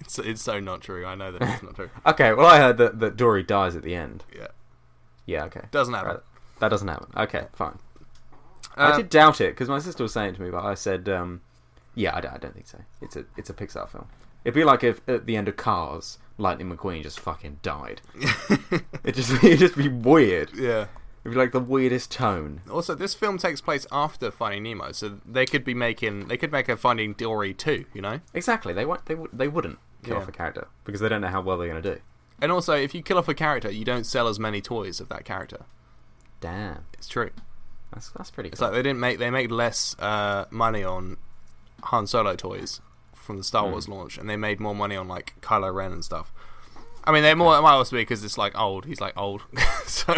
A: It's, it's so not true. I know that it's not true.
B: Okay. Well, I heard that that Dory dies at the end.
A: Yeah,
B: Yeah. Okay.
A: doesn't happen.
B: Right. That doesn't happen. Okay. Fine. I
A: Um,
B: did doubt it because my sister was saying it to me, but I said, um, "Yeah, I don't, I don't think so. It's a it's a Pixar film. It'd be like if at the end of Cars, Lightning McQueen just fucking died. It just it'd just be weird.
A: yeah.
B: It'd be like the weirdest tone.
A: Also, this film takes place after Finding Nemo, so they could be making they could make a Finding Dory too, you know.
B: Exactly. They won't. They would. They wouldn't kill
A: Yeah.
B: off a character because they don't know how well they're gonna do.
A: And also, if you kill off a character, you don't sell as many toys of that character.
B: Damn.
A: It's true.
B: That's that's pretty.
A: It's
B: Cool.
A: like they didn't make they made less uh, money on Han Solo toys from the Star Wars launch, and they made more money on like Kylo Ren and stuff. I mean, they more it might also be because it's like old. He's like old, so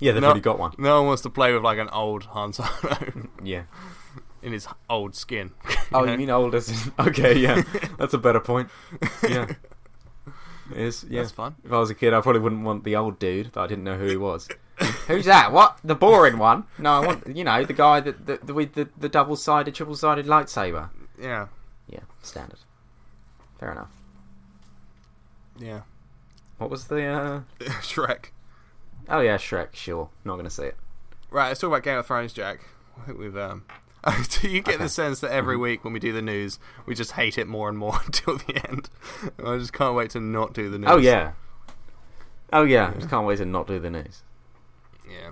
B: yeah, they've
A: no-
B: already got one.
A: No one wants to play with like an old Han Solo
B: Yeah.
A: in his old skin.
B: Oh,
A: know?
B: you mean older? okay. Yeah, that's a better point. Yeah. It's, yeah.
A: That's fun.
B: If I was a kid, I probably wouldn't want the old dude that I didn't know who he was. Who's that? What? The boring one? No, I want you know the guy that, that, with the, the double sided, triple sided lightsaber.
A: Yeah,
B: Yeah, standard. Fair enough.
A: yeah.
B: What was the? uh
A: Shrek.
B: Oh yeah, Shrek. Sure, not gonna see it.
A: Right, let's talk about Game of Thrones, Jack. I think we've. Um, do you get
B: Okay. Mm-hmm.
A: the sense that every week when we do the news, we just hate it more and more until the end? I just can't wait to not do the news.
B: Oh yeah. Oh yeah. Just can't wait to not do the news.
A: Yeah.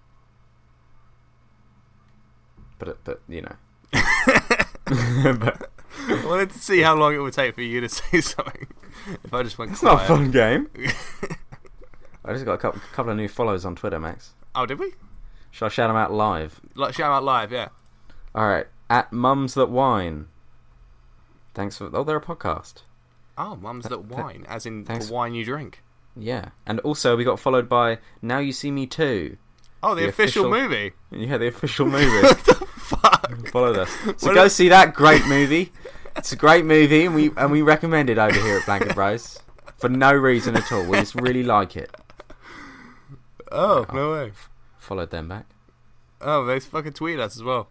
B: But it- but you know. but
A: I wanted to see how long it would take for you to say something. If I just went
B: it's not a
A: quiet.
B: fun game. I just got a couple, couple of new followers on Twitter, Max.
A: Oh, did we?
B: Shall I shout them out live?
A: Like shout out live, yeah.
B: All right, at Mums That Wine. Thanks for oh, they're a podcast.
A: Oh, mums that wine, as in
B: thanks.
A: the wine you drink.
B: Yeah, and also we got followed by Now You See Me Too.
A: Oh, the,
B: The
A: official,
B: official-
A: movie.
B: Yeah, the official movie.
A: Fuck.
B: Followed us, so
A: What
B: go
A: is-
B: see that great movie. It's a great movie, and we and we recommend it over here at Blanket Bros for no reason at all. We just really like it.
A: Oh, no way.
B: Followed them back.
A: Oh, they fucking tweet us as well.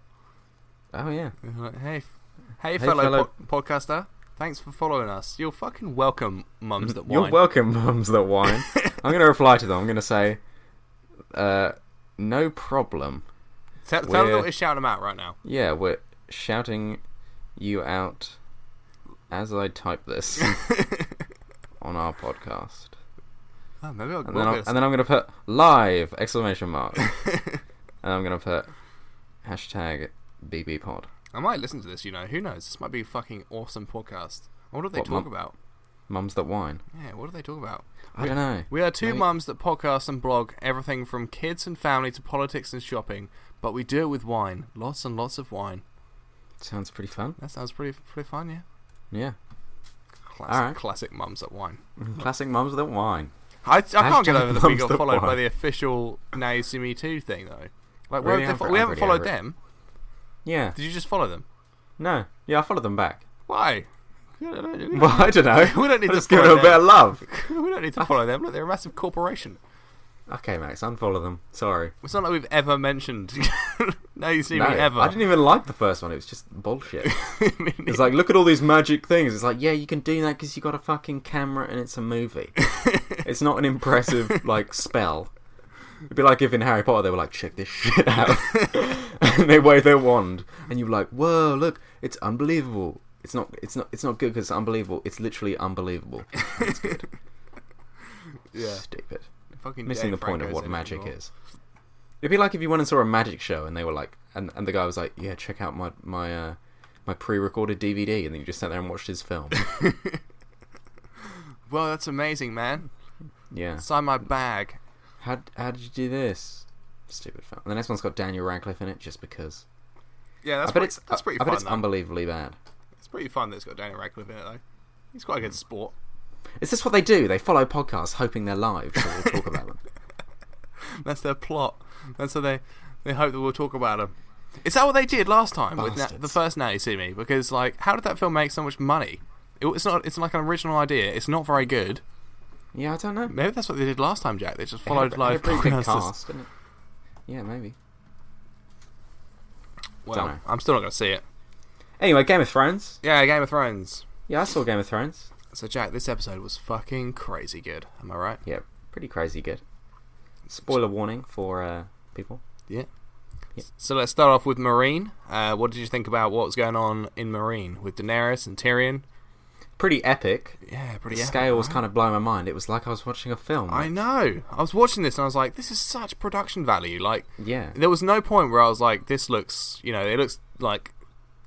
B: Oh yeah,
A: They're like, hey, f- hey,
B: Hey,
A: fellow,
B: fellow-
A: po- podcaster, thanks for following us. You're fucking welcome, mums that
B: you're
A: whine.
B: welcome, mums that wine. I'm gonna reply to them. I'm gonna say, uh, no problem.
A: Tell, tell them
B: We're-
A: that we're shouting them out right now.
B: Yeah, we're shouting you out as I type this on our podcast.
A: Oh, maybe I'll
B: And then,
A: block
B: I'm,
A: this.
B: and then I'm gonna put live exclamation mark, and I'm gonna put hashtag BB Pod.
A: I might listen to this. You know, who knows? This might be a fucking awesome podcast. I wonder what they
B: What,
A: talk
B: mum?
A: about.
B: Mums that whine.
A: Yeah, what do they talk about?
B: I don't know.
A: We are two
B: Maybe-
A: mums that podcast and blog everything from kids and family to politics and shopping, but we do it with wine, lots and lots of wine.
B: Sounds pretty fun.
A: That sounds pretty pretty fun, yeah.
B: Yeah.
A: Classic,
B: Alright.
A: classic mums that wine.
B: Classic mums that whine.
A: I, I can't get
B: Hashtag
A: over that we
B: mums
A: got
B: that
A: followed by
B: wine.
A: the official Now You See Me Too thing though. Like where
B: Really,
A: have they
B: I'm
A: fo-
B: ver-
A: we
B: I'm
A: haven't
B: really
A: followed
B: over it.
A: them.
B: Yeah.
A: Did you just follow them?
B: No. Yeah, I followed them back.
A: Why? We don't
B: Well, I don't know.
A: We don't need to
B: Let's give it
A: follow
B: a bit
A: them.
B: of love.
A: we don't need to follow them. Look, they're a massive corporation.
B: Okay, Max, unfollow them. Sorry.
A: It's not like we've ever mentioned Now You See
B: No,
A: Me ever.
B: I didn't even like the first one. It was just bullshit.
A: didn't
B: It's like, look at all these magic things. It's like, yeah, you can do that because you got a fucking camera and it's a movie. it's not an impressive like spell. It'd be like if in Harry Potter they were like, check this shit out, and they wave their wand, and you're like, whoa, look, it's unbelievable. It's not, it's not, it's not good because it's unbelievable. It's literally unbelievable. And It's good.
A: Yeah.
B: Stupid.
A: Fucking
B: Missing
A: Jane
B: the point of
A: Franco's
B: what
A: in it
B: magic
A: as well.
B: is. It'd be like if you went and saw a magic show and they were like, and, and the guy was like, yeah, check out my my uh, my pre-recorded DVD, and then you just sat there and watched his film.
A: Well, that's amazing, man.
B: yeah.
A: Sign my bag.
B: How how did you do this? Stupid film. And the next one's got Daniel Radcliffe in it, just because.
A: Yeah, that's
B: I bet
A: pretty,
B: it's
A: that's pretty
B: I, I
A: fun.
B: bet it's
A: though.
B: unbelievably bad.
A: It's pretty fun that it's got Daniel Radcliffe in it, though. He's quite a
B: Hmm.
A: good sport.
B: Is this what they do? They follow podcasts, hoping they're live, so we'll talk about them.
A: That's their plot. That's how they, they hope that we'll talk about him. Is that what they did last time with na-
B: Bastards.
A: the first Now You See Me? Because, like, how did that film make so much money? It, it's not. It's like an original idea. It's not very good.
B: Yeah, I don't know.
A: Maybe that's what they did last time, Jack. They just
B: They had
A: followed
B: a- they had a
A: live
B: pretty big
A: podcasters.
B: cast, didn't it? Yeah, maybe.
A: Well,
B: Dunno.
A: I'm still not going to see it.
B: Anyway, Game of Thrones.
A: Yeah, Game of Thrones.
B: Yeah, I saw Game of Thrones.
A: So, Jack, this episode was fucking crazy good. Am I right?
B: Yeah, pretty crazy good. Spoiler warning for uh, people.
A: Yeah.
B: Yeah.
A: So let's start off with Marine. Uh, what did you think about what was going on in Marine with Daenerys and Tyrion?
B: Pretty epic.
A: Yeah, pretty.
B: The scale was kind of blowing my mind. It was like I was watching a film.
A: I know. I was watching this and I was like, this is such production value. Like,
B: yeah.
A: there was no point where I was like, this looks, you know, it looks like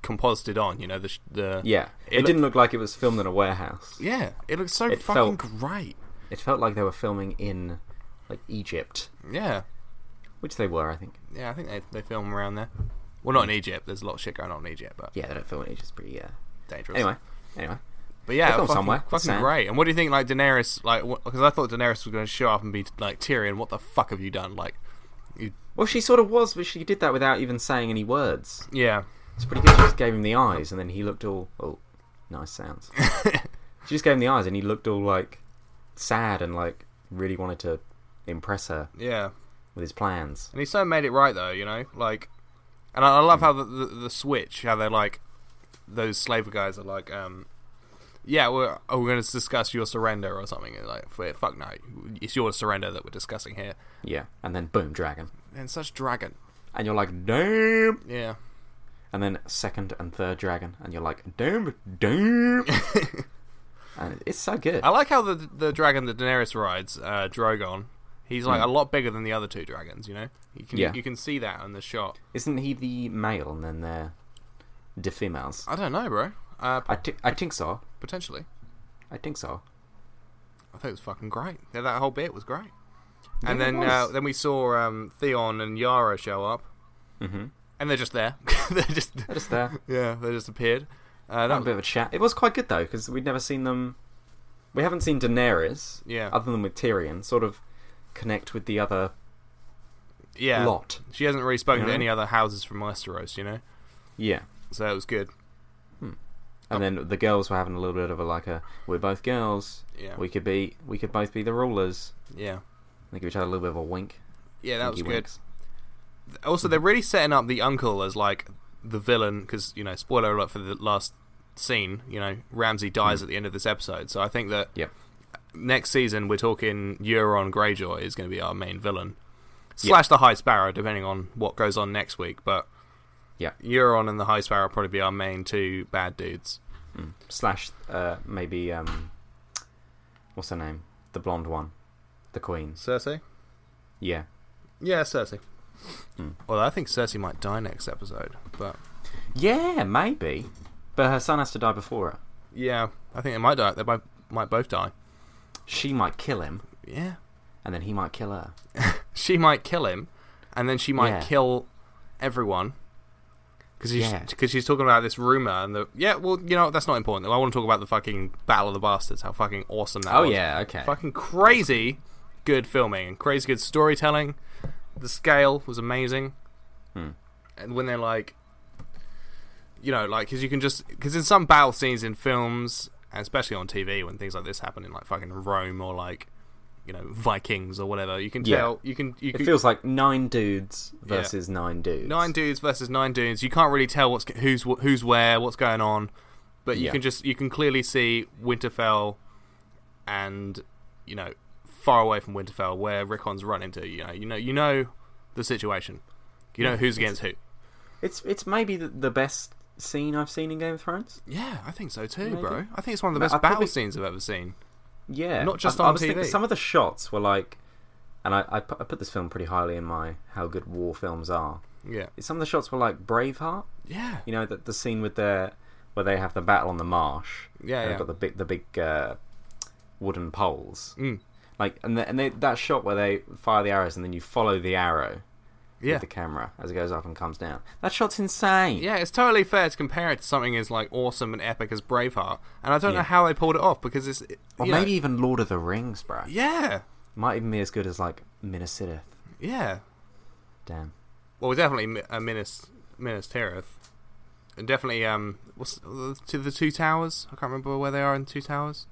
A: composited on. You know, the sh- the
B: Yeah.
A: It
B: It,
A: loo-
B: didn't look like it was filmed in a warehouse.
A: yeah, it looks so
B: It
A: fucking
B: felt-
A: great.
B: It felt like they were filming in like Egypt,
A: Yeah,
B: which they were, I think.
A: yeah. I think they they film around there. Well, not in Egypt. There's a lot of shit going on in Egypt, but
B: Yeah, they don't film in Egypt. It's pretty yeah.
A: dangerous.
B: Anyway, anyway.
A: But yeah,
B: They film
A: fucking,
B: somewhere. It's
A: Fucking
B: sand.
A: great. And what do you think, like Daenerys? Like, because I thought Daenerys was going to show up and be like Tyrion. What the fuck have you done? Like, you,
B: Well, she sort of was, but she did that without even saying any words.
A: yeah,
B: It's pretty good. She just gave him the eyes, and then he looked all oh, nice sounds. she just gave him the eyes, and he looked all like sad and like really wanted to impress her
A: yeah.
B: with his plans.
A: And he so made it right though, you know. Like, and I, I love how the, the the switch, how they're like, those slaver guys are like, um, yeah, we're oh, we're going to discuss your surrender or something. And like, f- fuck no, it's your surrender that we're discussing here.
B: Yeah, and then boom, dragon,
A: And such dragon,
B: and you're like damn,
A: yeah.
B: and then second and third dragon, and you're like damn, damn, and it's so good.
A: I like how the the dragon that Daenerys rides, uh, Drogon. He's like a lot bigger than the other two dragons. You know, you can
B: Yeah.
A: you can see that in the shot.
B: Isn't he the male, and then they're the females?
A: I don't know, bro. Uh, p-
B: I thi- I think so.
A: potentially,
B: I think so.
A: I thought it was fucking great. Yeah, that whole bit was great. And
B: Yeah, it
A: then
B: was.
A: uh, then we saw um, Theon and Yara show up,
B: Mm-hmm.
A: and they're just there. they're just
B: They're just there.
A: yeah, they just appeared. Uh,
B: Had
A: that
B: a bit of a chat. It was quite good though because we'd never seen them. We haven't seen Daenerys,
A: Yeah.
B: other than with Tyrion, sort of connect with the other
A: yeah,
B: lot.
A: she hasn't really spoken
B: You know?
A: to any other houses from Westeros, you know.
B: Yeah,
A: So it was good.
B: And then the girls were having a little bit of a like a we're both girls.
A: Yeah.
B: We could be we could both be the rulers.
A: Yeah.
B: They give each other a little bit of a wink.
A: Yeah, that was
B: Winky
A: good.
B: winks.
A: Also, they're really setting up the uncle as like the villain because you know, spoiler alert for the last scene. You know, Ramsey dies at the end of this episode, so I think that
B: Hmm. Yep.
A: next season we're talking Euron Greyjoy is going to be our main villain, slash the High Sparrow, depending on what goes on next week. But
B: Yeah.
A: Euron and the High Sparrow will probably be our main two bad dudes.
B: Mm. Slash uh, maybe um what's her name? The blonde one. The Queen's.
A: Cersei,
B: Yeah.
A: yeah, Cersei.
B: Hmm.
A: Although I think Cersei might die next episode, but
B: Yeah, maybe. But her son has to die before her.
A: yeah, I think they might die. They might might both die.
B: She might kill him,
A: Yeah,
B: and then he might kill her.
A: she might kill him, and then she might
B: Yeah.
A: kill everyone because she's
B: Yeah.
A: because she's talking about this rumor and the yeah. Well, you know that's not important. I want to talk about the fucking Battle of the Bastards. How fucking awesome that!
B: Oh
A: was.
B: yeah, okay.
A: fucking crazy good filming and crazy good storytelling. The scale was amazing,
B: Hmm.
A: and when they're like, you know, like because you can just because in some battle scenes in films, and especially on TV, when things like this happen in like fucking Rome or like you know Vikings or whatever, you can
B: Yeah.
A: tell you can you
B: It
A: can,
B: feels like nine dudes versus nine dudes.
A: nine dudes versus nine dudes. You can't really tell what's who's who's where, what's going on, but you
B: Yeah.
A: can just you can clearly see Winterfell, and you know far away from Winterfell where Rickon's run into. You know, you know, you know the situation. You know who's against who.
B: It's it's maybe the, the best scene I've seen in Game of Thrones.
A: Yeah, I think so too,
B: Maybe.
A: bro. I think it's one of the
B: Ma-
A: best
B: I
A: battle
B: probably-
A: scenes I've ever seen.
B: Yeah,
A: Not just
B: I, I
A: on
B: was
A: TV.
B: thinking some of the shots were like, and I I put, I put this film pretty highly in my how good war films are.
A: Yeah,
B: Some of the shots were like Braveheart.
A: yeah,
B: You know the, the scene with their where they have the battle on the marsh.
A: Yeah,
B: and
A: yeah.
B: They've got the big the big uh, wooden poles.
A: Mm.
B: Like and the, and they, that shot where they fire the arrows and then you follow the arrow
A: yeah.
B: with the camera as it goes up and comes down. That shot's insane.
A: Yeah, it's totally fair to compare it to something as like awesome and epic as Braveheart, and I don't
B: Yeah.
A: know how they pulled it off because it's
B: Or
A: you know-
B: maybe even Lord of the Rings, bro.
A: yeah,
B: Might even be as good as like Minas Tirith.
A: yeah.
B: Damn.
A: Well, definitely Mi- uh, Minas Minas Tirith, and definitely um, what's to the Two Towers? I can't remember where they are in Two Towers.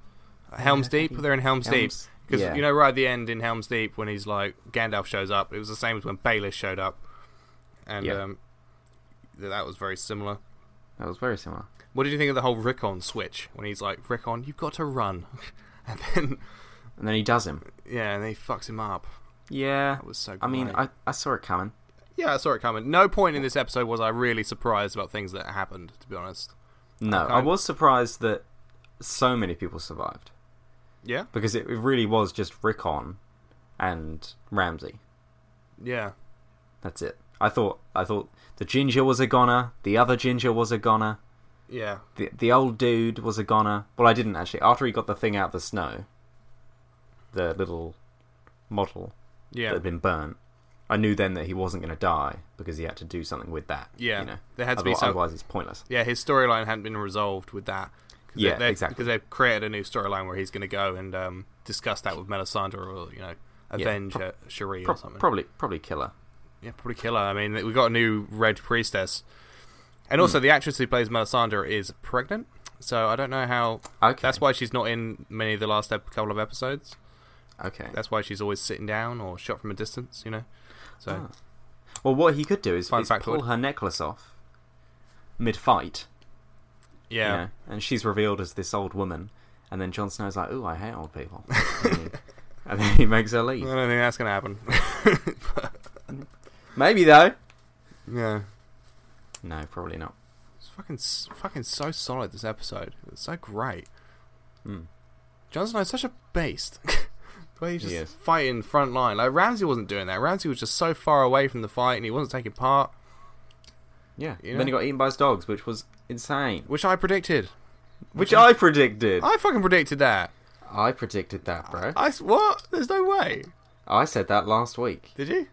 A: Uh, Helm's
B: I
A: Deep.
B: think-
A: They're in Helm's,
B: Helm's-
A: Deep because
B: yeah.
A: you know right at the end in Helm's Deep when he's like Gandalf shows up. It was the same as when Baelish showed up, and
B: Yeah.
A: um, th- that was very similar.
B: That was very similar.
A: What did you think of the whole Rickon switch when he's like Rickon, you've got to run, and then
B: And then he does him.
A: yeah, and then he fucks him up.
B: Yeah.
A: That was so. Great.
B: I mean, I, I saw it coming.
A: yeah, I saw it coming. No point in this episode was I really surprised about things that happened. To be honest,
B: No,
A: Okay.
B: I was surprised that so many people survived
A: yeah,
B: because it, it really was just Rickon and Ramsey.
A: yeah.
B: That's it. I thought I thought the ginger was a goner, the other ginger was a goner,
A: Yeah.
B: the the old dude was a goner. Well, I didn't actually. After he got the thing out of the snow, the little model
A: Yeah.
B: that had been burnt, I knew then that he wasn't going to die because he had to do something with that.
A: yeah.
B: you know,
A: There had to be
B: Otherwise-
A: some
B: otherwise it's pointless.
A: Yeah, his storyline hadn't been resolved with that. Cause
B: Yeah,
A: they,
B: exactly.
A: Because they've created a new storyline where he's going to go and um, discuss that with Melisandre or, you know, avenge
B: pro-
A: uh, Cherie
B: Pro-
A: or something.
B: probably, probably killer.
A: yeah, probably kill her. I mean, we got a new red priestess. And also,
B: Hmm.
A: the actress who plays Melisandre is pregnant. So I don't know how.
B: Okay,
A: That's why she's not in many of the last ep- couple of episodes.
B: okay.
A: That's why she's always sitting down or shot from a distance, you know? So,
B: Ah. Well, what he could do is,
A: Fun
B: is
A: factoid.
B: pull her necklace off mid-fight, you
A: yeah.
B: know, and she's revealed as this old woman, and then Jon Snow's like, "Ooh, I hate old people," and, he, and then he makes her leave.
A: I don't think that's going to happen.
B: Maybe though.
A: yeah.
B: No, probably not.
A: It's fucking s- fucking so solid this episode. It's so great.
B: Mm.
A: Jon Snow is such a beast. Where he's just
B: Yes.
A: fighting front line. Like Ramsey wasn't doing that. Ramsey was just so far away from the fight and he wasn't taking part,
B: Yeah.
A: You
B: Then he
A: know?
B: got eaten by his dogs, which was insane,
A: which I predicted.
B: which I predicted.
A: I fucking predicted that.
B: I predicted that, bro.
A: I s- what? There's no way.
B: I said that last week.
A: Did you?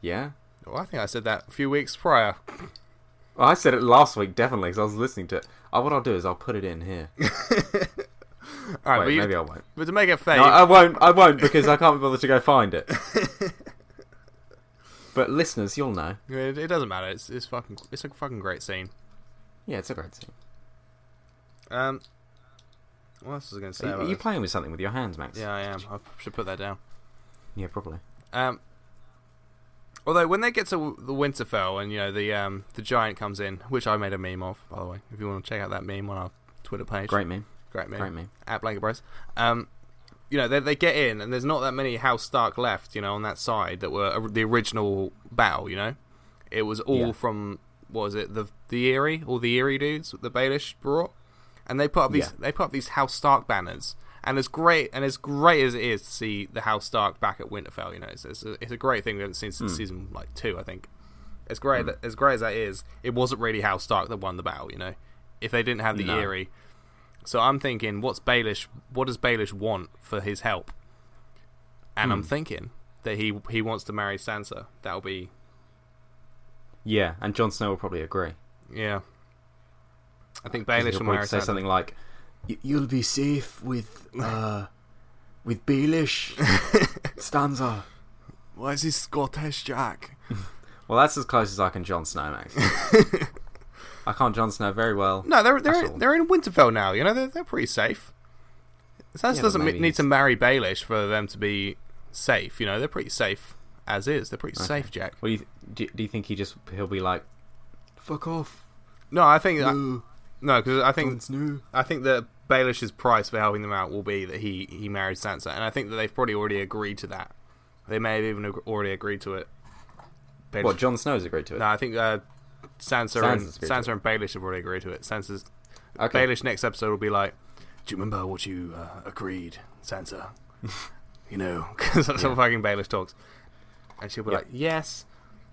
B: Yeah.
A: Well, I think I said that a few weeks prior.
B: Well, I said it last week, definitely, because I was listening to it. Uh, what I'll do is I'll put it in here.
A: All right,
B: Wait,
A: but, you-
B: maybe I won't.
A: but to make it fair,
B: No, uh I won't. I won't because I can't be bothered to go find it. but listeners, you'll know.
A: it, it doesn't matter. It's, it's fucking it's a fucking great scene.
B: Yeah, it's a great scene.
A: Um, what else was I going to say?
B: Are you,
A: about
B: are you
A: this?
B: playing with something with your hands, Max?
A: yeah, I am. I should put that down.
B: Yeah, probably.
A: Um, although when they get to the Winterfell and you know the um, the giant comes in, which I made a meme of, by the way. If you want to check out that meme on our Twitter page,
B: Great meme.
A: great meme,
B: Great meme.
A: at Blanket Bros. Um, you know they they get in and there's not that many House Stark left. You know on that side that were or- the original battle. You know, it was all
B: Yeah.
A: from what was it the the Eerie all the Eerie dudes the Baelish brought, and they put up these
B: Yeah.
A: they put up these House Stark banners. And as great and as great as it is to see the House Stark back at Winterfell, you know, it's, it's, a, it's a great thing we haven't seen
B: Hmm.
A: since season like two, I think. As great that, as great as that is, it wasn't really House Stark that won the battle, you know. If they didn't have the
B: No.
A: Eerie, so I'm thinking, what's Baelish? What does Baelish want for his help? And
B: Hmm.
A: I'm thinking that he he wants to marry Sansa. That'll be
B: Yeah, and Jon Snow will probably agree.
A: yeah. I think
B: Uh, 'Cause
A: Baelish
B: he'll
A: will
B: probably
A: marry
B: say
A: Sansa.
B: something like, "Y- "You'll be safe with uh, with Baelish stanza."
A: Why is he Scottish, Jack?
B: Well, that's as close as I can Jon Snow, Max. I can't Jon Snow very well.
A: No, they're they're
B: That's all.
A: they're in Winterfell now. You know they're they're pretty safe. Sansa
B: Yeah, but
A: doesn't
B: maybe
A: need
B: he's-
A: to marry Baelish for them to be safe. You know they're pretty safe as is. They're pretty safe, Jack.
B: What do you th- do? Do you think he just he'll be like, "Fuck off,
A: No, I think that,
B: no,
A: no, because I think
B: Jon Snow."
A: I think that Baelish's price for helping them out will be that he he marries Sansa, and I think that they've probably already agreed to that. They may have even ag- already agreed to it. Baelish-
B: What? Jon Snow's agreed to it.
A: no, I think uh, Sansa and
B: Sansa's agreed to
A: Sansa and Baelish have already agreed to it. Sansa's
B: okay.
A: Baelish next episode will be like, "Do you remember what you uh, agreed, Sansa? you know, because that's how fucking Baelish talks." And she'll be
B: Yeah.
A: like, "Yes,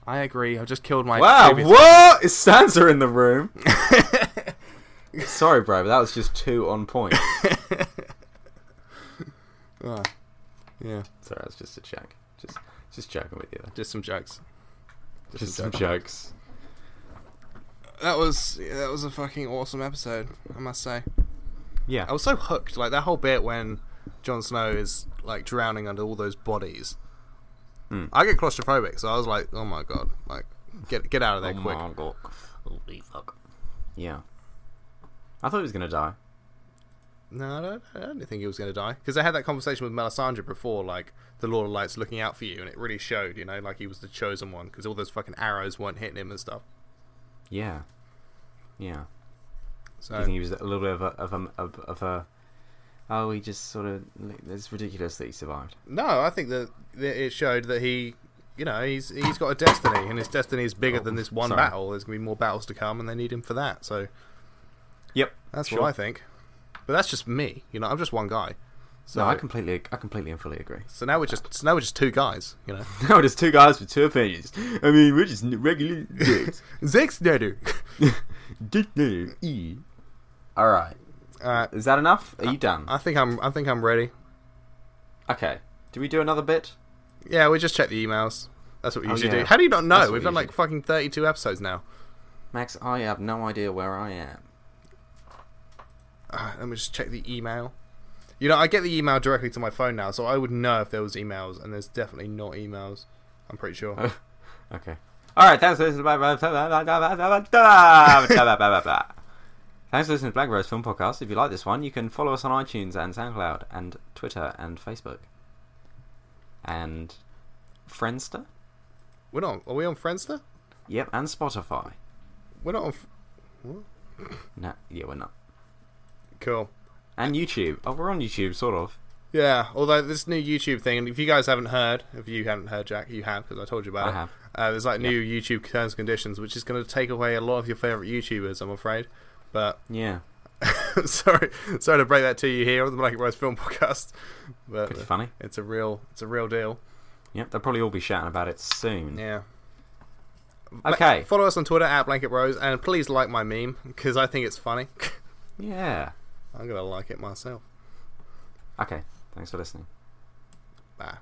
A: I agree. I've just killed my
B: Wow,
A: previous-
B: what is Sansa in the room? Sorry, bro, but that was just too on point.
A: Ah, yeah,
B: Sorry, that's just a joke. Just, just joking with you. There.
A: just some jokes.
B: Just, some jokes.
A: That was that was a fucking awesome episode, I must say.
B: Yeah.
A: I was so hooked, like that whole bit when Jon Snow is like drowning under all those bodies.
B: Hmm.
A: I get claustrophobic, so I was like, "Oh my god, like get get out
B: Oh
A: of there quick!"
B: Holy fuck. Yeah. I thought he was gonna die.
A: No, I don't, I don't think he was going to die because I had that conversation with Melisandre before, like the Lord of Light's looking out for you, and it really showed, you know, like he was the chosen one because all those fucking arrows weren't hitting him and stuff.
B: Yeah. Yeah.
A: So
B: Do you think he was a little bit of a of a of, of a? Oh, he just sort of. It's ridiculous that he survived.
A: No, I think that, that it showed that he, you know, he's he's got a destiny, and his destiny is bigger
B: Oh,
A: than this one
B: sorry.
A: battle. There's gonna be more battles to come, and they need him for that. So
B: Yep.
A: that's
B: Sure.
A: what I think. But that's just me, you know. I'm just one guy. So
B: No, I completely, I completely and fully agree.
A: so now we're just so now we're just two guys, you know.
B: No, there's two guys with two opinions. I mean, we're just regular dicks.
A: Zix Nedu.
B: Dick name, E. All right.
A: Uh,
B: Is that enough? Are you done?
A: I think I'm I think I'm ready.
B: okay. Do we do another bit?
A: Yeah, we just check the emails. That's what you
B: Oh,
A: should
B: yeah.
A: do. How do you not
B: That's
A: know?
B: what
A: We've
B: you
A: done
B: should
A: like fucking 32 episodes now.
B: Max, I have no idea where I am.
A: Uh, let me just check the email. You know, I get the email directly to my phone now, so I would know if there was emails, and there's definitely not emails. I'm pretty sure.
B: Uh, Okay. All right. Thanks for listening. to- Thanks for listening to Black Rose Film Podcast. If you like this one, you can follow us on iTunes and SoundCloud and Twitter and Facebook and Friendster.
A: We're not. Are we on Friendster?
B: Yep, and Spotify.
A: We're not on. F-
B: No, yeah, we're not.
A: Cool.
B: And YouTube. Oh, we're on YouTube, sort of.
A: Yeah. Although this new YouTube thing, and if you guys haven't heard, if you haven't heard, Jack, you have because I told you about
B: I
A: it.
B: have.
A: Uh, there's like new YouTube terms and conditions, which is going to take away a lot of your favorite YouTubers, I'm afraid. But
B: Yeah,
A: sorry, sorry to break that to you here on the Black Rose Film Podcast, but
B: pretty
A: uh,
B: funny.
A: it's a real, it's a real deal.
B: Yep, they'll probably all be shouting about it soon.
A: Yeah.
B: Okay.
A: Ma- follow us on Twitter at Blanket Rose, and please like my meme because I think it's funny.
B: Yeah.
A: I'm gonna like it myself.
B: Okay. Thanks for listening.
A: Bye.